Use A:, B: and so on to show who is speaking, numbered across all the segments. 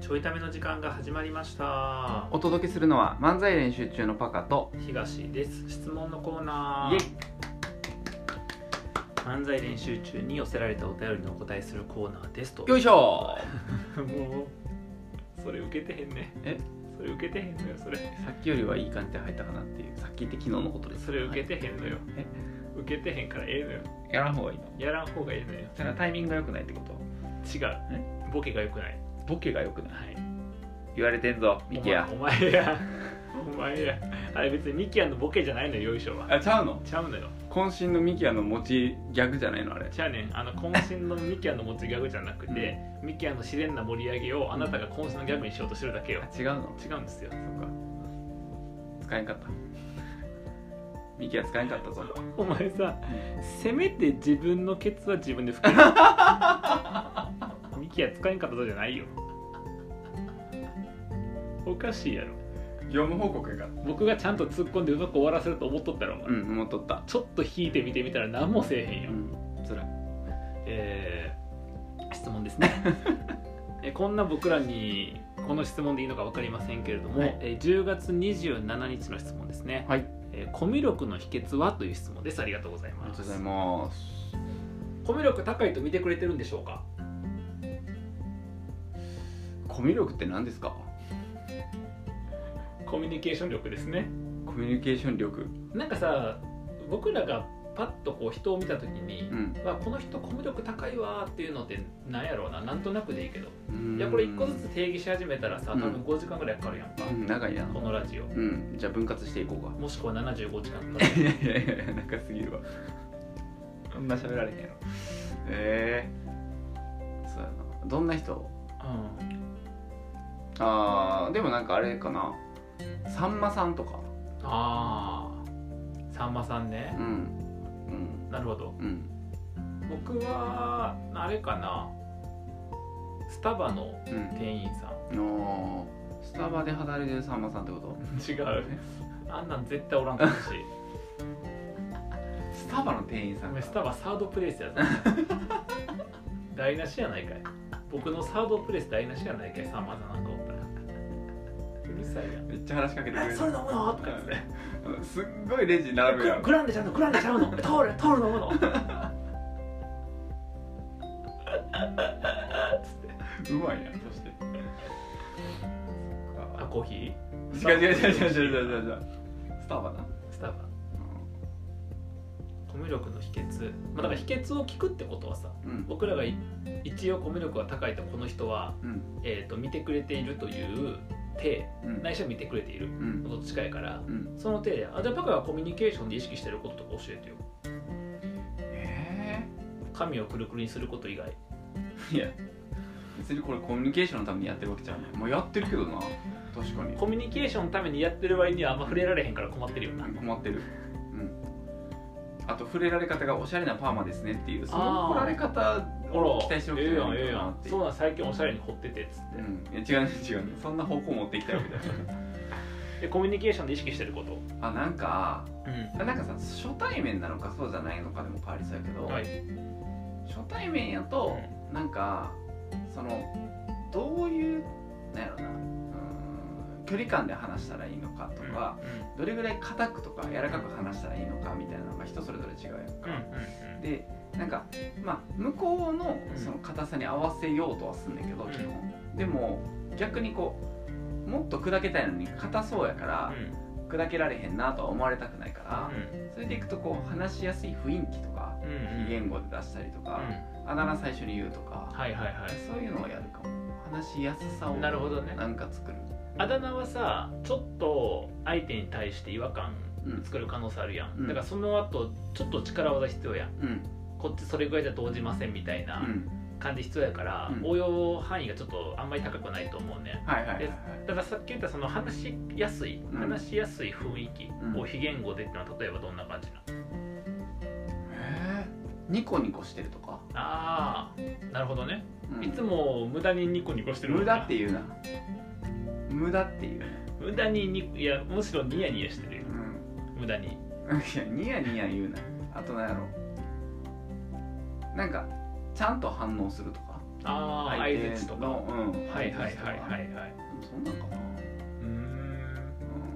A: ちょいための時間が始まりました
B: お届けするのは漫才練習中のパカと
A: 東です質問のコー
B: イ
A: ナ
B: エ
A: ー漫才練習中に寄せられたお便りのお答えするコーナーですと
B: よいしょ
A: もうそれ受けてへんね
B: え
A: それ受けてへんのよそれ
B: さっきよりはいい感じで入ったかなっていうさっきって昨日のことです
A: それ受けてへんのよ、
B: え
A: 受けてへんからええのよ
B: はいやらん方がいいの
A: やらん方がええのよ
B: だからタイミングが良くないってこと
A: 違うボケが良くない
B: ボケが良くない
A: はい
B: 言われてんぞミキヤ
A: お前お前やお前やあれ別にミキヤのボケじゃないのよよいしょは
B: あちゃうの
A: ちゃうのよ
B: 渾身のミキヤの持ちギャグじゃないのあれ
A: じゃあねあの渾身のミキヤの持ちギャグじゃなくて、ミキヤの自然な盛り上げをあなたが渾身のギャグにしようとしてるだけよ
B: あ違うの
A: 違うんですよ
B: そっか使えんかったミキヤ使えんかったぞ
A: お前させめて自分のケツは自分で拭く ミキヤ使えんかったぞじゃないよおかしいやろ
B: 業務報告やから
A: 僕がちゃんと突っ込んでうまく終わらせると思っとったろお前、
B: うん思っとった
A: ちょっと引いてみてみたら何もせえへん
B: う
A: よ、
B: んつらい
A: えー質問ですね えこんな僕らにこの質問でいいのか分かりませんけれども、
B: はい
A: え10月27日の質問ですね、
B: はい
A: えーコミュ力の秘訣はという質問ですありがとうござい
B: ありが
A: ま
B: と
A: す
B: うございます
A: コミュ力高いと見てくれてるんでしょうか
B: コミュ力って何ですか
A: コミュニケーション力ですね
B: コミュニケーション力
A: なんかさ僕らがパッとこう人を見た時に、
B: うん
A: わこの人コミュ力高いわーっていうのってなんやろうななんとなくでいいけど
B: うん
A: いやこれ一個ずつ定義し始めたらさ多
B: うん
A: 分5時間ぐらいかかるやんか、
B: うん長いな
A: このラジオ
B: うんじゃあ分割していこうか
A: もしくは75時間かかる
B: いやいやいや 長すぎるわあんな喋られへんやろええそうやなどんな人
A: うん
B: あーでもなんかあれかなさんまさんとか
A: ああさんまさん
B: う
A: ね
B: んうん
A: なるほど
B: うん
A: 僕はあれかなスタバの
B: うん
A: 店員さん
B: おースタバで働いてるさんまさんってこと
A: 違うあんなん絶対おらんかったし
B: スタバの店員さ
A: お
B: ん
A: 前
B: か
A: スタバサードプレイスや ぞ台無しやないかい僕のサードプレイス台無しやないかいさんまさんなんかおったらうるさいやん
B: めっちゃ話しかけてくれ
A: え
B: る
A: それ飲むのとか言って
B: うんすっごいレジ並ぶやん
A: グランデちゃうのグランデちゃうのタオルタオル飲む のつって
B: うまいやんそして
A: あコーヒー
B: 違う違う違う違う違う違う違うスタバな
A: スタバコミュ力の秘訣、まあ、だから秘訣を聞くってことはさ
B: うん
A: 僕らがい一応コミュ力が高いとこの人は、
B: うん
A: えー、と見てくれているという体
B: うん
A: ないしは見てくれている
B: うん
A: のと近いから
B: うん
A: その体であじゃあパカがコミュニケーションで意識してることとか教えてよ
B: え
A: 髪をくるくるにすること以外
B: えいや別にこれコミュニケーションのためにやってるわけじゃないまあやってるけどな確かに
A: コミュニケーションのためにやってる割にはあんま触れられへんから困ってるよな、
B: 困ってるうんあと触れられ方がおしゃれなパーマですねっていうそ
A: あ
B: の
A: ー
B: 来られ方を期 待してお
A: え
B: く
A: え
B: と
A: やんえ
B: い
A: え
B: いか
A: や
B: なっ
A: ん
B: ていう
A: そうなん最近おしゃれに掘っててっつって、
B: うんいや違うね違うねそんな方向持っていきたいわけじゃ ない
A: でコミュニケーションで意識してること
B: あなんか
A: うん
B: なんかさ初対面なのかそうじゃないのかでも変わりそうやけど、
A: はい、
B: 初対面やと、なんかそのどういうなんやろなうーん距離感で話したらいいのかとか、どれぐらい硬くとか柔らかく話したらいいのかみたいなのが人それぞれ違うやんか
A: うんうん、うん
B: でなんかまあ向こうの
A: うん
B: その硬さに合わせようとはすんだけど、
A: うん
B: 基本でも逆にこうもっと砕けたいのに硬そうやから、砕けられへんなとは思われたくないから、それでいくとこう話しやすい雰囲気とか
A: うんうん
B: 非言語で出したりとか、あだ名最初に言うとか、
A: はいはいはい
B: そういうのをやるかも話しやすさを
A: なるほどね
B: なんか作る
A: あだ名はさちょっと相手に対して違和感
B: うん
A: 作る可能性あるやん、
B: うん
A: だからその後ちょっと力技必要やん
B: うん
A: こっちそれぐらいじゃ動じませんみたいうなん感じ必要やから、
B: うん
A: 応用範囲がちょっとあんまり高くないと思うね
B: はいはいはいはい
A: たださっき言ったその話しやすい
B: ん
A: 話しやすい雰囲気
B: う
A: を
B: ん
A: 非言語でってのは例えばどんな感じなの
B: えーニコニコしてるとか、
A: あーなるほどね、
B: うん
A: いつも無駄にニコニコしてるもん
B: 無
A: な
B: 駄っていうな無駄っていう、
A: 無駄にニコいやむしろニヤニヤしてるよ
B: うん、
A: 無駄に
B: いやニヤニヤ言うなあとなんやろなんかちゃんと反応するとか
A: ああ相づちとか
B: のうん
A: はいはいはいはいはい
B: そんなんかな
A: うーん
B: う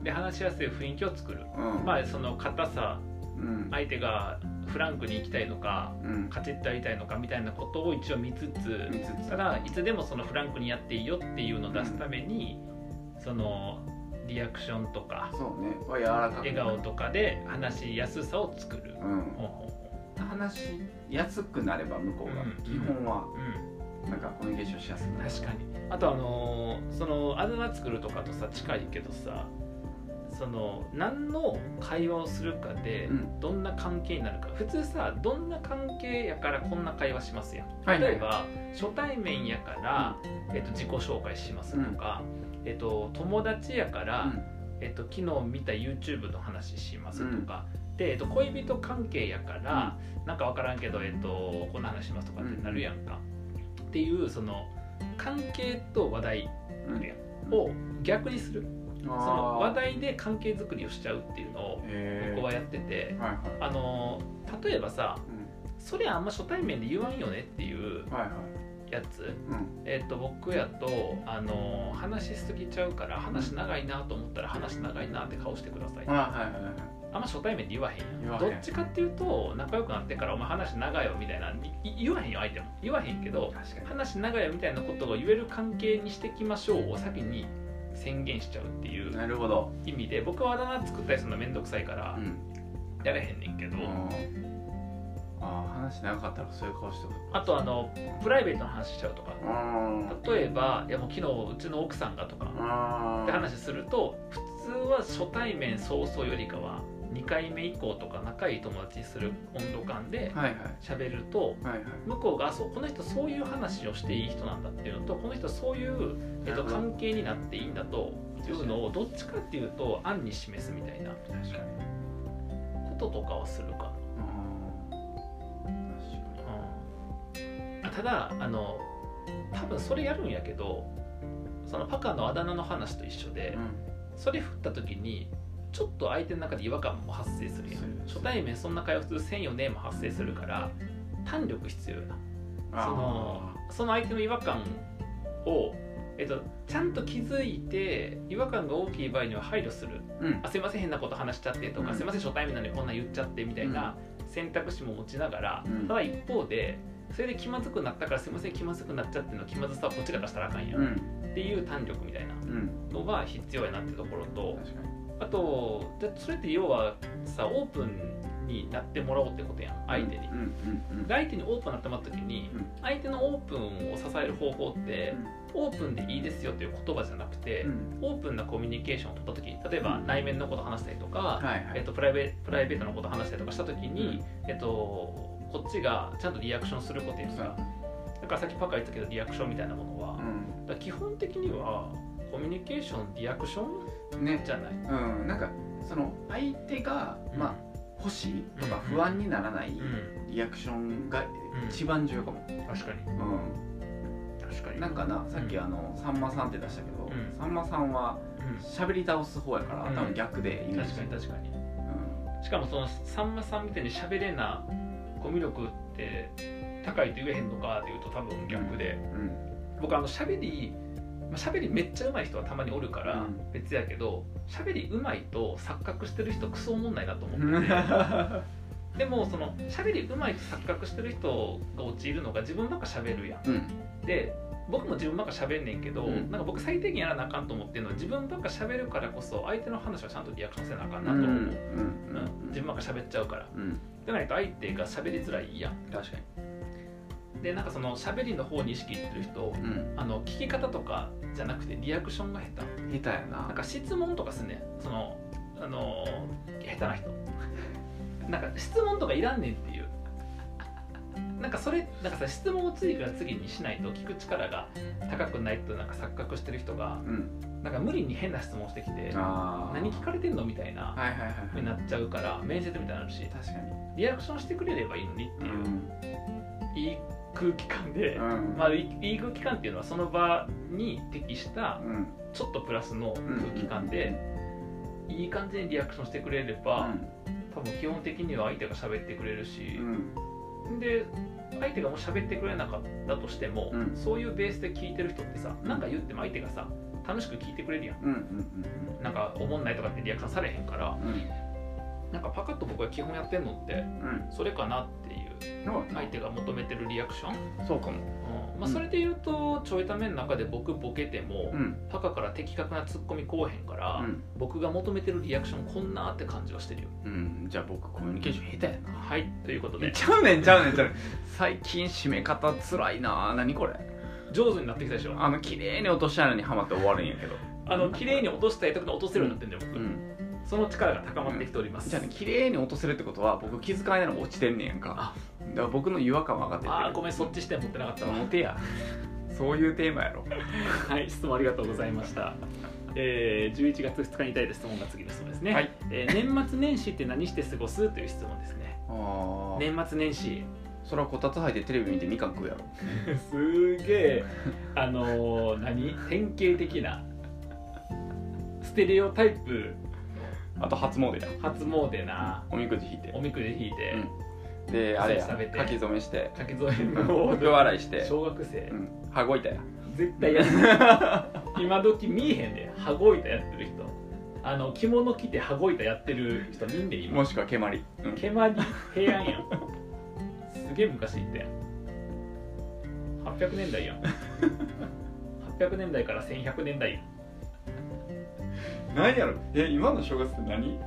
B: ん
A: で話しやすい雰囲気を作る
B: うん
A: まあその硬さ
B: うん
A: 相手がフランクに行きたいのか
B: うん
A: カチッとやりたいのかみたいなことを一応見つつ
B: 見つつ
A: ただいつでもそのフランクにやっていいよっていうのを出すためにそのリアクションとか
B: そうねは柔らかく
A: 笑顔とかで話しやすさを作る
B: うん
A: ほうほうほ
B: 話しやすくなれば向こうが、
A: うん
B: 基本は
A: ううん
B: なんかコミュニケーションしやすくなる
A: 確かにあとあのーそのあだ名作るとかとさ近いけどさその何の会話をするかで
B: うん
A: どんな関係になるか普通さどんな関係やからこんな会話しますやん
B: はい
A: 例えば初対面やから、えっと、自己紹介しますとか、えっと、友達やから、えっと、昨日見た YouTube の話しますとか、で、えっと、恋人関係やから、なんか分からんけど、えっと、こんな話しますとかってなるやんか、っていうその関係と話題
B: うんうん
A: を逆にする
B: あ
A: そ
B: ー
A: の話題で関係づくりをしちゃうっていうのを
B: へー
A: 僕はやってて。
B: はいはい
A: あの例えばさ
B: う
A: それあんま初対面で言わんよねっていうん
B: はいはい
A: やつ、
B: うん
A: えっと僕やとあの話しすぎちゃうから話長いなと思ったら話長いなって顔してください
B: あはいはいはい
A: あんま初対面で言わへん
B: 言
A: や
B: わ
A: ん
B: へ
A: ど
B: ん
A: っちかっていうと仲良くなってから「お前話長いよ」みたいなんいい言わへんよ相手も言わへんけど
B: 確かに
A: 話長いよみたいなことが言える関係にしてきましょうを先に宣言しちゃうっていう
B: なるほど
A: 意味で僕はあだ名作ったりするの面倒くさいか
B: う
A: ら
B: ん
A: やれへんねんけど、
B: あー話長かったらそういう顔してる
A: あとあのプライベートの話しちゃうとか
B: あ
A: 例えば「いやもう昨日うちの奥さんが」とか
B: あ
A: って話すると普通は初対面早々よりかは2回目以降とか仲いい友達にする温度感で
B: はいはい
A: 喋ると
B: はいはい
A: 向こうがあそうこの人そういう話をしていい人なんだっていうのとこの人そういう、えっと、
B: なるほど
A: 関係になっていいんだというのをどっちかっていうと案に示すみたいなこ
B: 確かに
A: ととかはするかな、うんあただあの多分それやるんやけどそのパカのあだ名の話と一緒で、それ振った時にちょっと相手の中で違和感も発生するやん
B: する
A: 初対面そんな会話普通せんよねも発生するから弾力必要やな
B: あ
A: そのその相手の違和感を、えっと、ちゃんと気づいて違和感が大きい場合には配慮する
B: ーうん
A: あすいません変なこと話しちゃってとか、
B: うん
A: すいません初対面なのにこんなん言っちゃってみたいな選択肢も持ちながら、
B: うん
A: ただ一方でそれで気まずくなったからすいません気まずくなっちゃっての気まずさはこちらがしたらあかんや、、
B: うんん
A: っていう弾力みたいな
B: うん
A: のが必要やなってところと
B: 確かに
A: あとじゃそれって要はさオープンになってもらおうってことやん相手に
B: うん。うんうん
A: で相手にオープンになってもらった時に、
B: うん
A: 相手のオープンを支える方法って、オープンでいいですよっていう言葉じゃなくて、
B: うん
A: オープンなコミュニケーションを取った時例えば
B: うん
A: 内面のこと話したりとか、
B: はいは
A: えっ
B: い
A: と、プライベプライベートのこと話したりとかした時に、えっと、こっちがちゃんとリアクションすることやんかだからさっきパカ言ったけどリアクションみたいなものは、だから基本的にはコミュニケーションリアクション
B: うんね
A: じゃない。
B: うんなんかその相手がまあ欲しいとか不安にならない
A: うん、
B: リアクションが一番重要かも
A: 確かに
B: う
A: 確か
B: んなんかなさっきあのさんまさんって出したけど
A: うん
B: さんまさんは喋り倒す方やから
A: うん
B: 多分逆でイメージ
A: 確かに確かにしかもそのさんまさんみたいに喋れなコミュ力って高いと言えへんのかっていうと多分逆で、
B: うんうん
A: 僕あの喋りまあ喋りめっちゃ上手い人はたまにおるから
B: うん
A: 別やけど喋り上手いと錯覚してる人クソおもんないなと思
B: うん
A: ってて でもその喋り上手いと錯覚してる人が陥るのが自分ばっか喋るやん
B: うん
A: で僕も自分ばっか喋んねんけど、
B: うん
A: なんか僕最低限やらなあかんと思ってるのは自分ばっか喋るからこそ相手の話はちゃんとリアクションせなあかんなと
B: うん
A: 思う、う
B: う
A: ん
B: ん
A: 自分ばっか喋っちゃうから
B: うん
A: でないと相手が喋りづらいやん
B: 確かに
A: でなんかその喋りの方に意識いってる人
B: うん
A: あの聞き方とかじゃなくてリアクションが下手
B: 下手やな
A: なんか質問とかすんねんそのあの下手な人 なんか質問とかいらんねんっていうなんかそれなんかさ質問を次から次にしないと聞く力が高くないとなんか錯覚してる人が
B: うん
A: なんか無理に変な質問してきて
B: あー
A: 何聞かれてんのみたいな
B: はいはいはい
A: ふうになっちゃうから面接みたいになるし
B: 確かに
A: リアクションしてくれればいいのにっていう、
B: ん
A: いい空気感で、
B: うん
A: まあ、いいいい空気感っていうのはその場に適した
B: うん
A: ちょっとプラスの空気感で、いい感じにリアクションしてくれれば、多分基本的には相手が喋ってくれるし
B: う、ん
A: で相手がもう喋ってくれなかったとしても、
B: うん
A: そういうベースで聞いてる人ってさ何か言っても相手がさ楽しく聞いてくれるやん
B: うんうん
A: なんか思んないとかってリアクションされへんから
B: うんうん
A: なんかパカッと僕が基本やってんのって
B: うん
A: それかなっていう
B: そうやな
A: 相手が求めてるリアクション、
B: そうかも
A: うんまあ、それで言うとちょいための中で僕ボケても、
B: うん
A: パカから的確なツッコミこうへんから、
B: うん
A: 僕が求めてるリアクションこんなって感じはしてるよ
B: うんじゃあ僕コミュニケーション下手やな
A: はいということで
B: ちゃうねんちゃうねんちゃうねん最近締め方つらいな何これ
A: 上手になってきたでしょ
B: あの綺麗に落とし穴にはまって終わるんやけど
A: あの綺麗に落としたいとこに落とせるようになってんだよ
B: う
A: 僕、
B: ん
A: その力が高まってきております、
B: じゃあね綺麗に落とせるってことは僕気遣いながら落ちてんねやんかだから僕の違和感は上がって
A: あーごめんそっち視点持ってなかったわ
B: モテやそういうテーマやろ
A: はい質問ありがとうございま したえー、11月2日にいただいた質問が次の質問ですね、
B: はい
A: えー年末年始って何して過ごすという質問ですね
B: ああ、
A: 年末年始
B: それはこたつ履いてテレビ見てみかん食うやろ
A: すげえあのー何典型的なステレオタイプ
B: あと初詣や
A: 初詣な
B: おみくじ引いて
A: おみくじ引いて、
B: であれや
A: お寿司食べて
B: 書き初めして
A: 書き添え
B: お
A: の
B: 風呂洗いして
A: 小学生
B: うん羽子板や
A: 絶対やる 今時見えへんで羽子板やってる人あの着物着て羽子板やってる人見んで今
B: もしくは蹴鞠うん
A: 毛まり平安やんすげえ昔行ったやん800年代やん800年代から1100年代やん
B: 何やろえ今の正月って何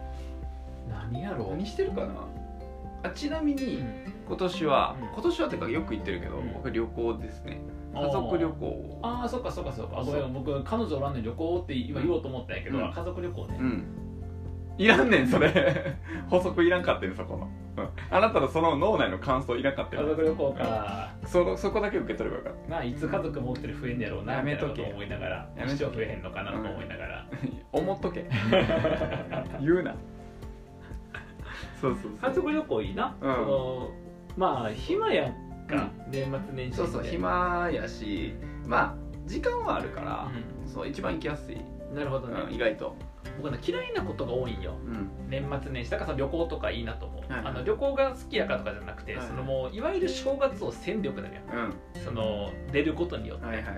A: 何やろ
B: 何してるかなあちなみ
A: う
B: に
A: ん
B: 今年は、
A: うん
B: 今年はってかよく行ってるけど、
A: うん
B: 僕旅行ですね家族旅行
A: ああそっかそっかそっかあごめん僕彼女おらんのに旅行って今言おうと思ったんやけど、
B: うん
A: 家族旅行ね、
B: うんいらんねんそれ 補足いらんかってんそこの、うん、あなたのその脳内の感想いらんかって
A: 家族
B: ん
A: 旅行か
B: そのそこだけ受け取ればよかっ
A: まあいつ家族も起きてる増えんねやろうな
B: やめと
A: み
B: け
A: たいなこと思いながら
B: やめと
A: 一
B: け
A: 生増えへんのかなと思いながら、
B: た 思っとけ言うなそうそうそ
A: 家
B: う
A: 族旅行いいな、
B: うん
A: そのまあ暇やんか、年末年始
B: そうそう暇やしまあ時間はあるから、
A: う
B: そう一番行きやすい、
A: んなるほどね、
B: うん、意外と
A: 僕の嫌いなことが多いんよ
B: うん
A: 年末年始だからその旅行とかいいなと思う、
B: はいはい
A: あの旅行が好きやからとかじゃなくて、
B: はいはい
A: そのもういわゆる正月を戦力なのよ
B: う
A: その出ることによって、
B: んはいはいはい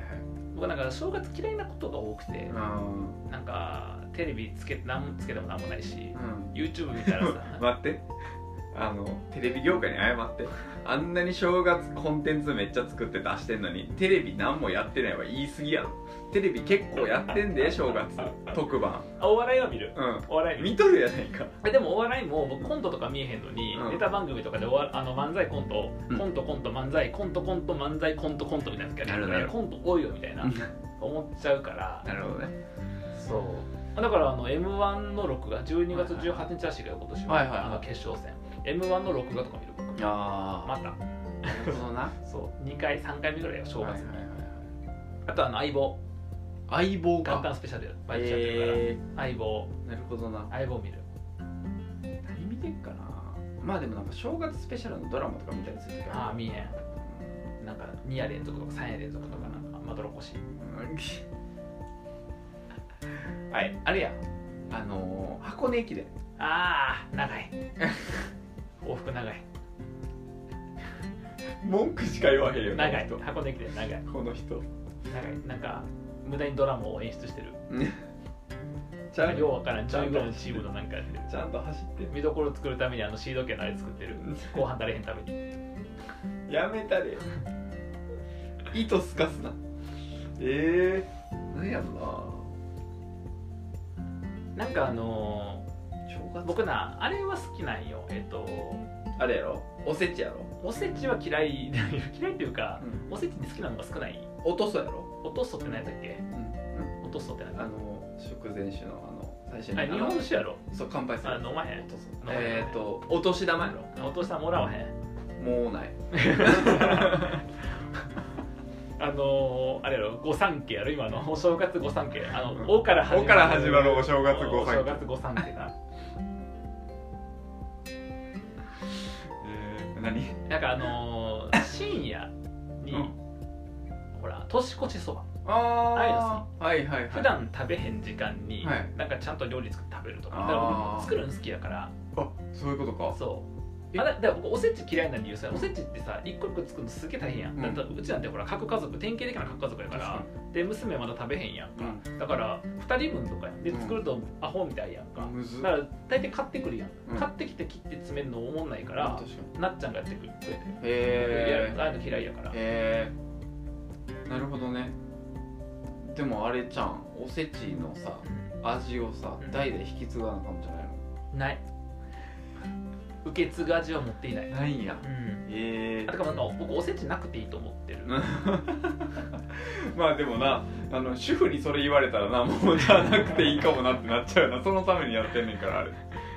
A: 僕なんか正月嫌いなことが多くて、
B: う
A: なんかテレビつけなんもつけてもなんもないし、
B: んうん
A: YouTube 見 たらさ
B: 待ってあのテレビ業界に謝ってあんなに正月コンテンツめっちゃ作って出してんのにテレビ何もやってないは言い過ぎやろテレビ結構やってん で正月特番
A: あお笑いは見る
B: う
A: お笑い
B: ん
A: 見る
B: 見とるやないか
A: えでもお笑いも僕コントとか見えへんのに、
B: うん
A: ネタ番組とかでおわあの漫才コント、
B: うん
A: コントコント漫才コントコント漫才コントコントみたいな時あ
B: なるほどなる
A: コント多いよみたいな思っちゃうから
B: なるほどね
A: そうだからあの m 1の録画12月18日らしいから今年は,、
B: はいはいはい
A: あの決勝戦 m 1の録画とか見る僕
B: あ
A: また
B: あなるほどな
A: そう2回3回目ぐらいよ正
B: 正
A: 月、
B: 月
A: あとあの相棒
B: 相棒
A: 元
B: か
A: 旦スペシャル毎日やってるから、
B: え
A: 相棒
B: ー、なるほどな
A: 相棒見る
B: 何見てんかなまあでもなんか正月スペシャルのドラマとか見たりする時
A: ああ
B: ある
A: 見えへんなんか2夜連続とか3夜連続とかなんかまどろっこしい
B: うんはいあれやあのー箱根駅伝
A: ああ長い 往復長い
B: 文句しか言わへんよ
A: 長い箱根駅伝長い
B: こ の人
A: 長いなんか無駄にドラマを演出してる
B: ちゃん
A: ようわからん15のチームのなんかやってる
B: ちゃんと走って
A: 見どころ作るためにあのシード権のあれ作ってる 後半足れへんために
B: やめたで糸すかすなええー、何やろ
A: なんかあの
B: な正
A: ー
B: 月
A: 僕なあれは好きなんよえっ、と
B: あれやろおせちやろ、
A: おせちは嫌い 嫌いっていうかおせちに好きなのが少ない
B: おとそやろ、
A: おとっそって何やったっけ
B: うんうん、
A: おとっそって何
B: あの食前酒のあの最初に
A: あ日本酒やろ
B: そう乾杯する
A: あ飲まへん
B: おとそ
A: まへん
B: えっ、ー、とお年玉やろ
A: お父さんもらわへん
B: もうない
A: あのー、あれやろ御三家やろ今のお正月御三家あの
B: うん
A: 「お」から始まる
B: おから始まるお正月御三家
A: お正月御三家な
B: えー、何
A: なんかあの ー、深夜に、
B: うん
A: ほら年越しそば
B: ああはいはいはい
A: 普段食べへん時間に、
B: はい
A: なんかちゃんと料理作って食べるとか
B: あ
A: だ
B: ー
A: から僕作るの好きやから
B: あそういうことか
A: そあだだから僕おせち嫌いな理由さおせちってさ一個一個作るのすげえ大変やん、
B: うん
A: だってうちなんてほら核家族典型的な核家族やからで娘まだ食べへんやんか、だから2人分とかやんで
B: うん
A: 作るとアホみたいやんか、
B: むず
A: だから大体買ってくるやん、
B: うん
A: 買ってきて切って詰めるのおもんないか
B: から
A: ら
B: 確、かに
A: なっちゃんがやってくるって
B: へ
A: いやああいうの嫌いやから、
B: えへえなるほどねでもあれちゃんおせちのさ味をさ
A: うん
B: 代で引き継がなあかんじゃないの
A: ない受け継ぐ味は持っていない、
B: ないんや
A: うん、
B: え
A: だからなんか僕おせちなくていいと思ってる、
B: まあでもなあの主婦にそれ言われたらなもうじゃあなくていいかもなってなっちゃうなそのためにやってんねんからあれ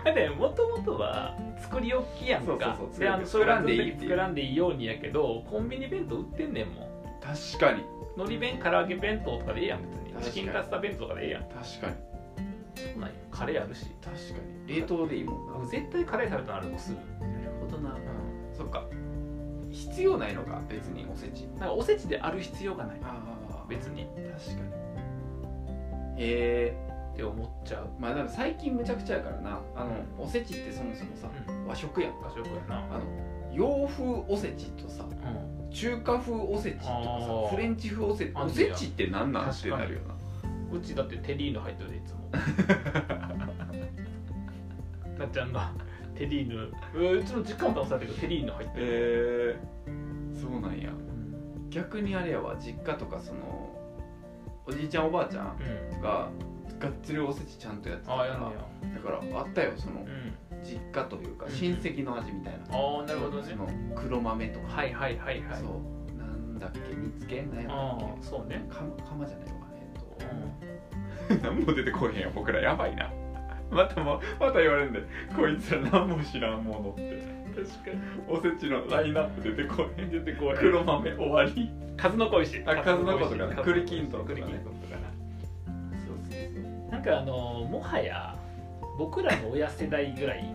A: だってもともとは作り置きやんか
B: そうそうそう
A: であの
B: 作
A: 作
B: ら
A: ら
B: ん
A: ん
B: で
A: で
B: い
A: い
B: い
A: い
B: っていう
A: 作らんでいいようにやけどコンビニ弁当売ってんねんもん
B: 確かに
A: のり弁唐揚げ弁当とかでええやん別
B: 確かに
A: にチキンタツタ弁当とかでええやん
B: 確かに
A: そんなんカレーあるし
B: 確かに冷凍でいいもんな
A: 僕絶対カレー食べたなるのすぐ
B: なるほどなそっか必要ないのか別におせち
A: だからおせちである必要がない
B: あ別
A: 別にっ
B: 確かにへえ
A: て思っちゃう
B: まあでも最近むちゃくちゃやからなあの、おせちってそもそもさ
A: う
B: 和食やん
A: 和
B: か
A: 食やな
B: あの洋風おせちとさ
A: うん
B: 中華風おせちと
A: あ
B: か
A: ー
B: さフレンチ風おせち
A: あん
B: お
A: ね
B: せ
A: や
B: ちって何なんっ
A: 確か
B: て
A: に
B: なるよな
A: うちだってテリーヌ入ってるでい つもなっちゃんがテリーヌうんうちの実家も倒されたけどテリーヌ入ってる、
B: へえそうなんや
A: うん
B: 逆にあれやわ実家とかそのおじいちゃんおばあちゃん
A: うん
B: ががっつりおせちちゃんとやってた
A: あ
B: か
A: あや
B: ら
A: んねや
B: だからあったよその
A: うん
B: 実家というか
A: うん
B: 親戚の味みたいな、
A: ああなるほど
B: そ
A: ね
B: の黒豆とか、
A: はいはいはいはい
B: そうなんだっけ煮つけなんや
A: あ
B: っ
A: あそう
B: け
A: ね、
B: かかまじゃないわえ
A: う
B: っと何も出てこへんよ僕らやばいなまたもまた言われんでこいつら何も知らんものって
A: ん、確 かに
B: おせちのラインナップ出てこへん
A: 出てこい
B: 黒豆終わり
A: 数の子石
B: あ数の子とかね
A: 数の子石
B: 栗きんとんとかね
A: 栗きんとんとかな
B: そうそう
A: なんかあのもはや僕らの親世代ぐらい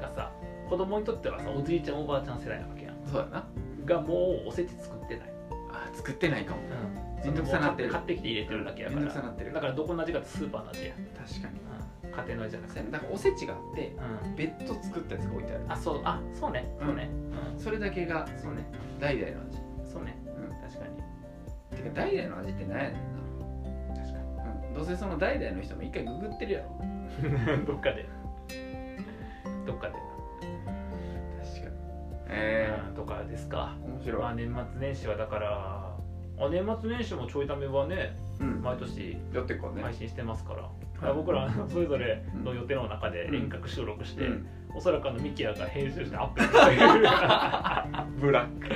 A: がさ、子供にとってはさおじいちゃんおばあちゃん世代なわけやん
B: そうそうだな
A: がもうおせち作ってない、
B: あ作ってないかも
A: うん
B: めんどくさなってる
A: 買ってきて入れてるだけやか
B: めん
A: ら
B: どくさなってる
A: だからどこの味かってスーパーの味や、
B: 確かに
A: うん、家庭の味じゃなく
B: そう
A: て
B: やなだからおせちがあって
A: うん
B: 別途作ったやつが置いてある
A: あそうあそうねそうね、うん
B: それだけが
A: そうね
B: 代々の味
A: そうね、
B: うん
A: 確かに
B: てか代々の味って何やねんな
A: 確か
B: うんどうせその代々の人も一回ググってるやろ
A: にどっかでどっかで、
B: 確かにえ
A: うんとかですか
B: え面白
A: まあ年末年始はだからあ年末年始もちょいためはね
B: うん
A: 毎年
B: やっていこうね
A: 配信してますから、だから僕らあのそれぞれの予定の中で
B: うん
A: 遠隔収録して、
B: うん
A: おそらくあのミキヤが編集してアップす るという
B: ブラック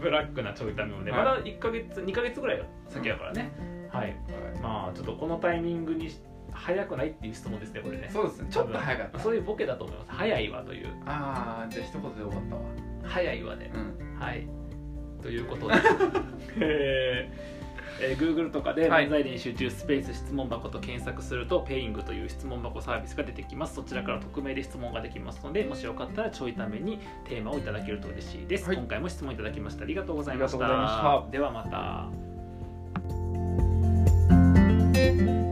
A: ブラックなちょいためをね、
B: はい
A: まだ1ヶ月2ヶ月ぐらい先だからね、はいまあちょっとこのタイミングにし早くないっていう質問ですねこれね
B: そうですねちょっと早かった
A: そういうボケだと思います早いわという
B: ああじゃあ一言で終わったわ
A: 早いわね
B: うん
A: はい。ということで、 えーえー Google とかで
B: はい
A: 漫才練習中スペース質問箱と検索すると、ペイングという質問箱サービスが出てきます。そちらから匿名で質問ができますので、もしよかったらちょいためにテーマをいただけると嬉しいです。
B: はい
A: 今回も質問いただきました。ありがとうございまし
B: ありがとうございま
A: たではまた。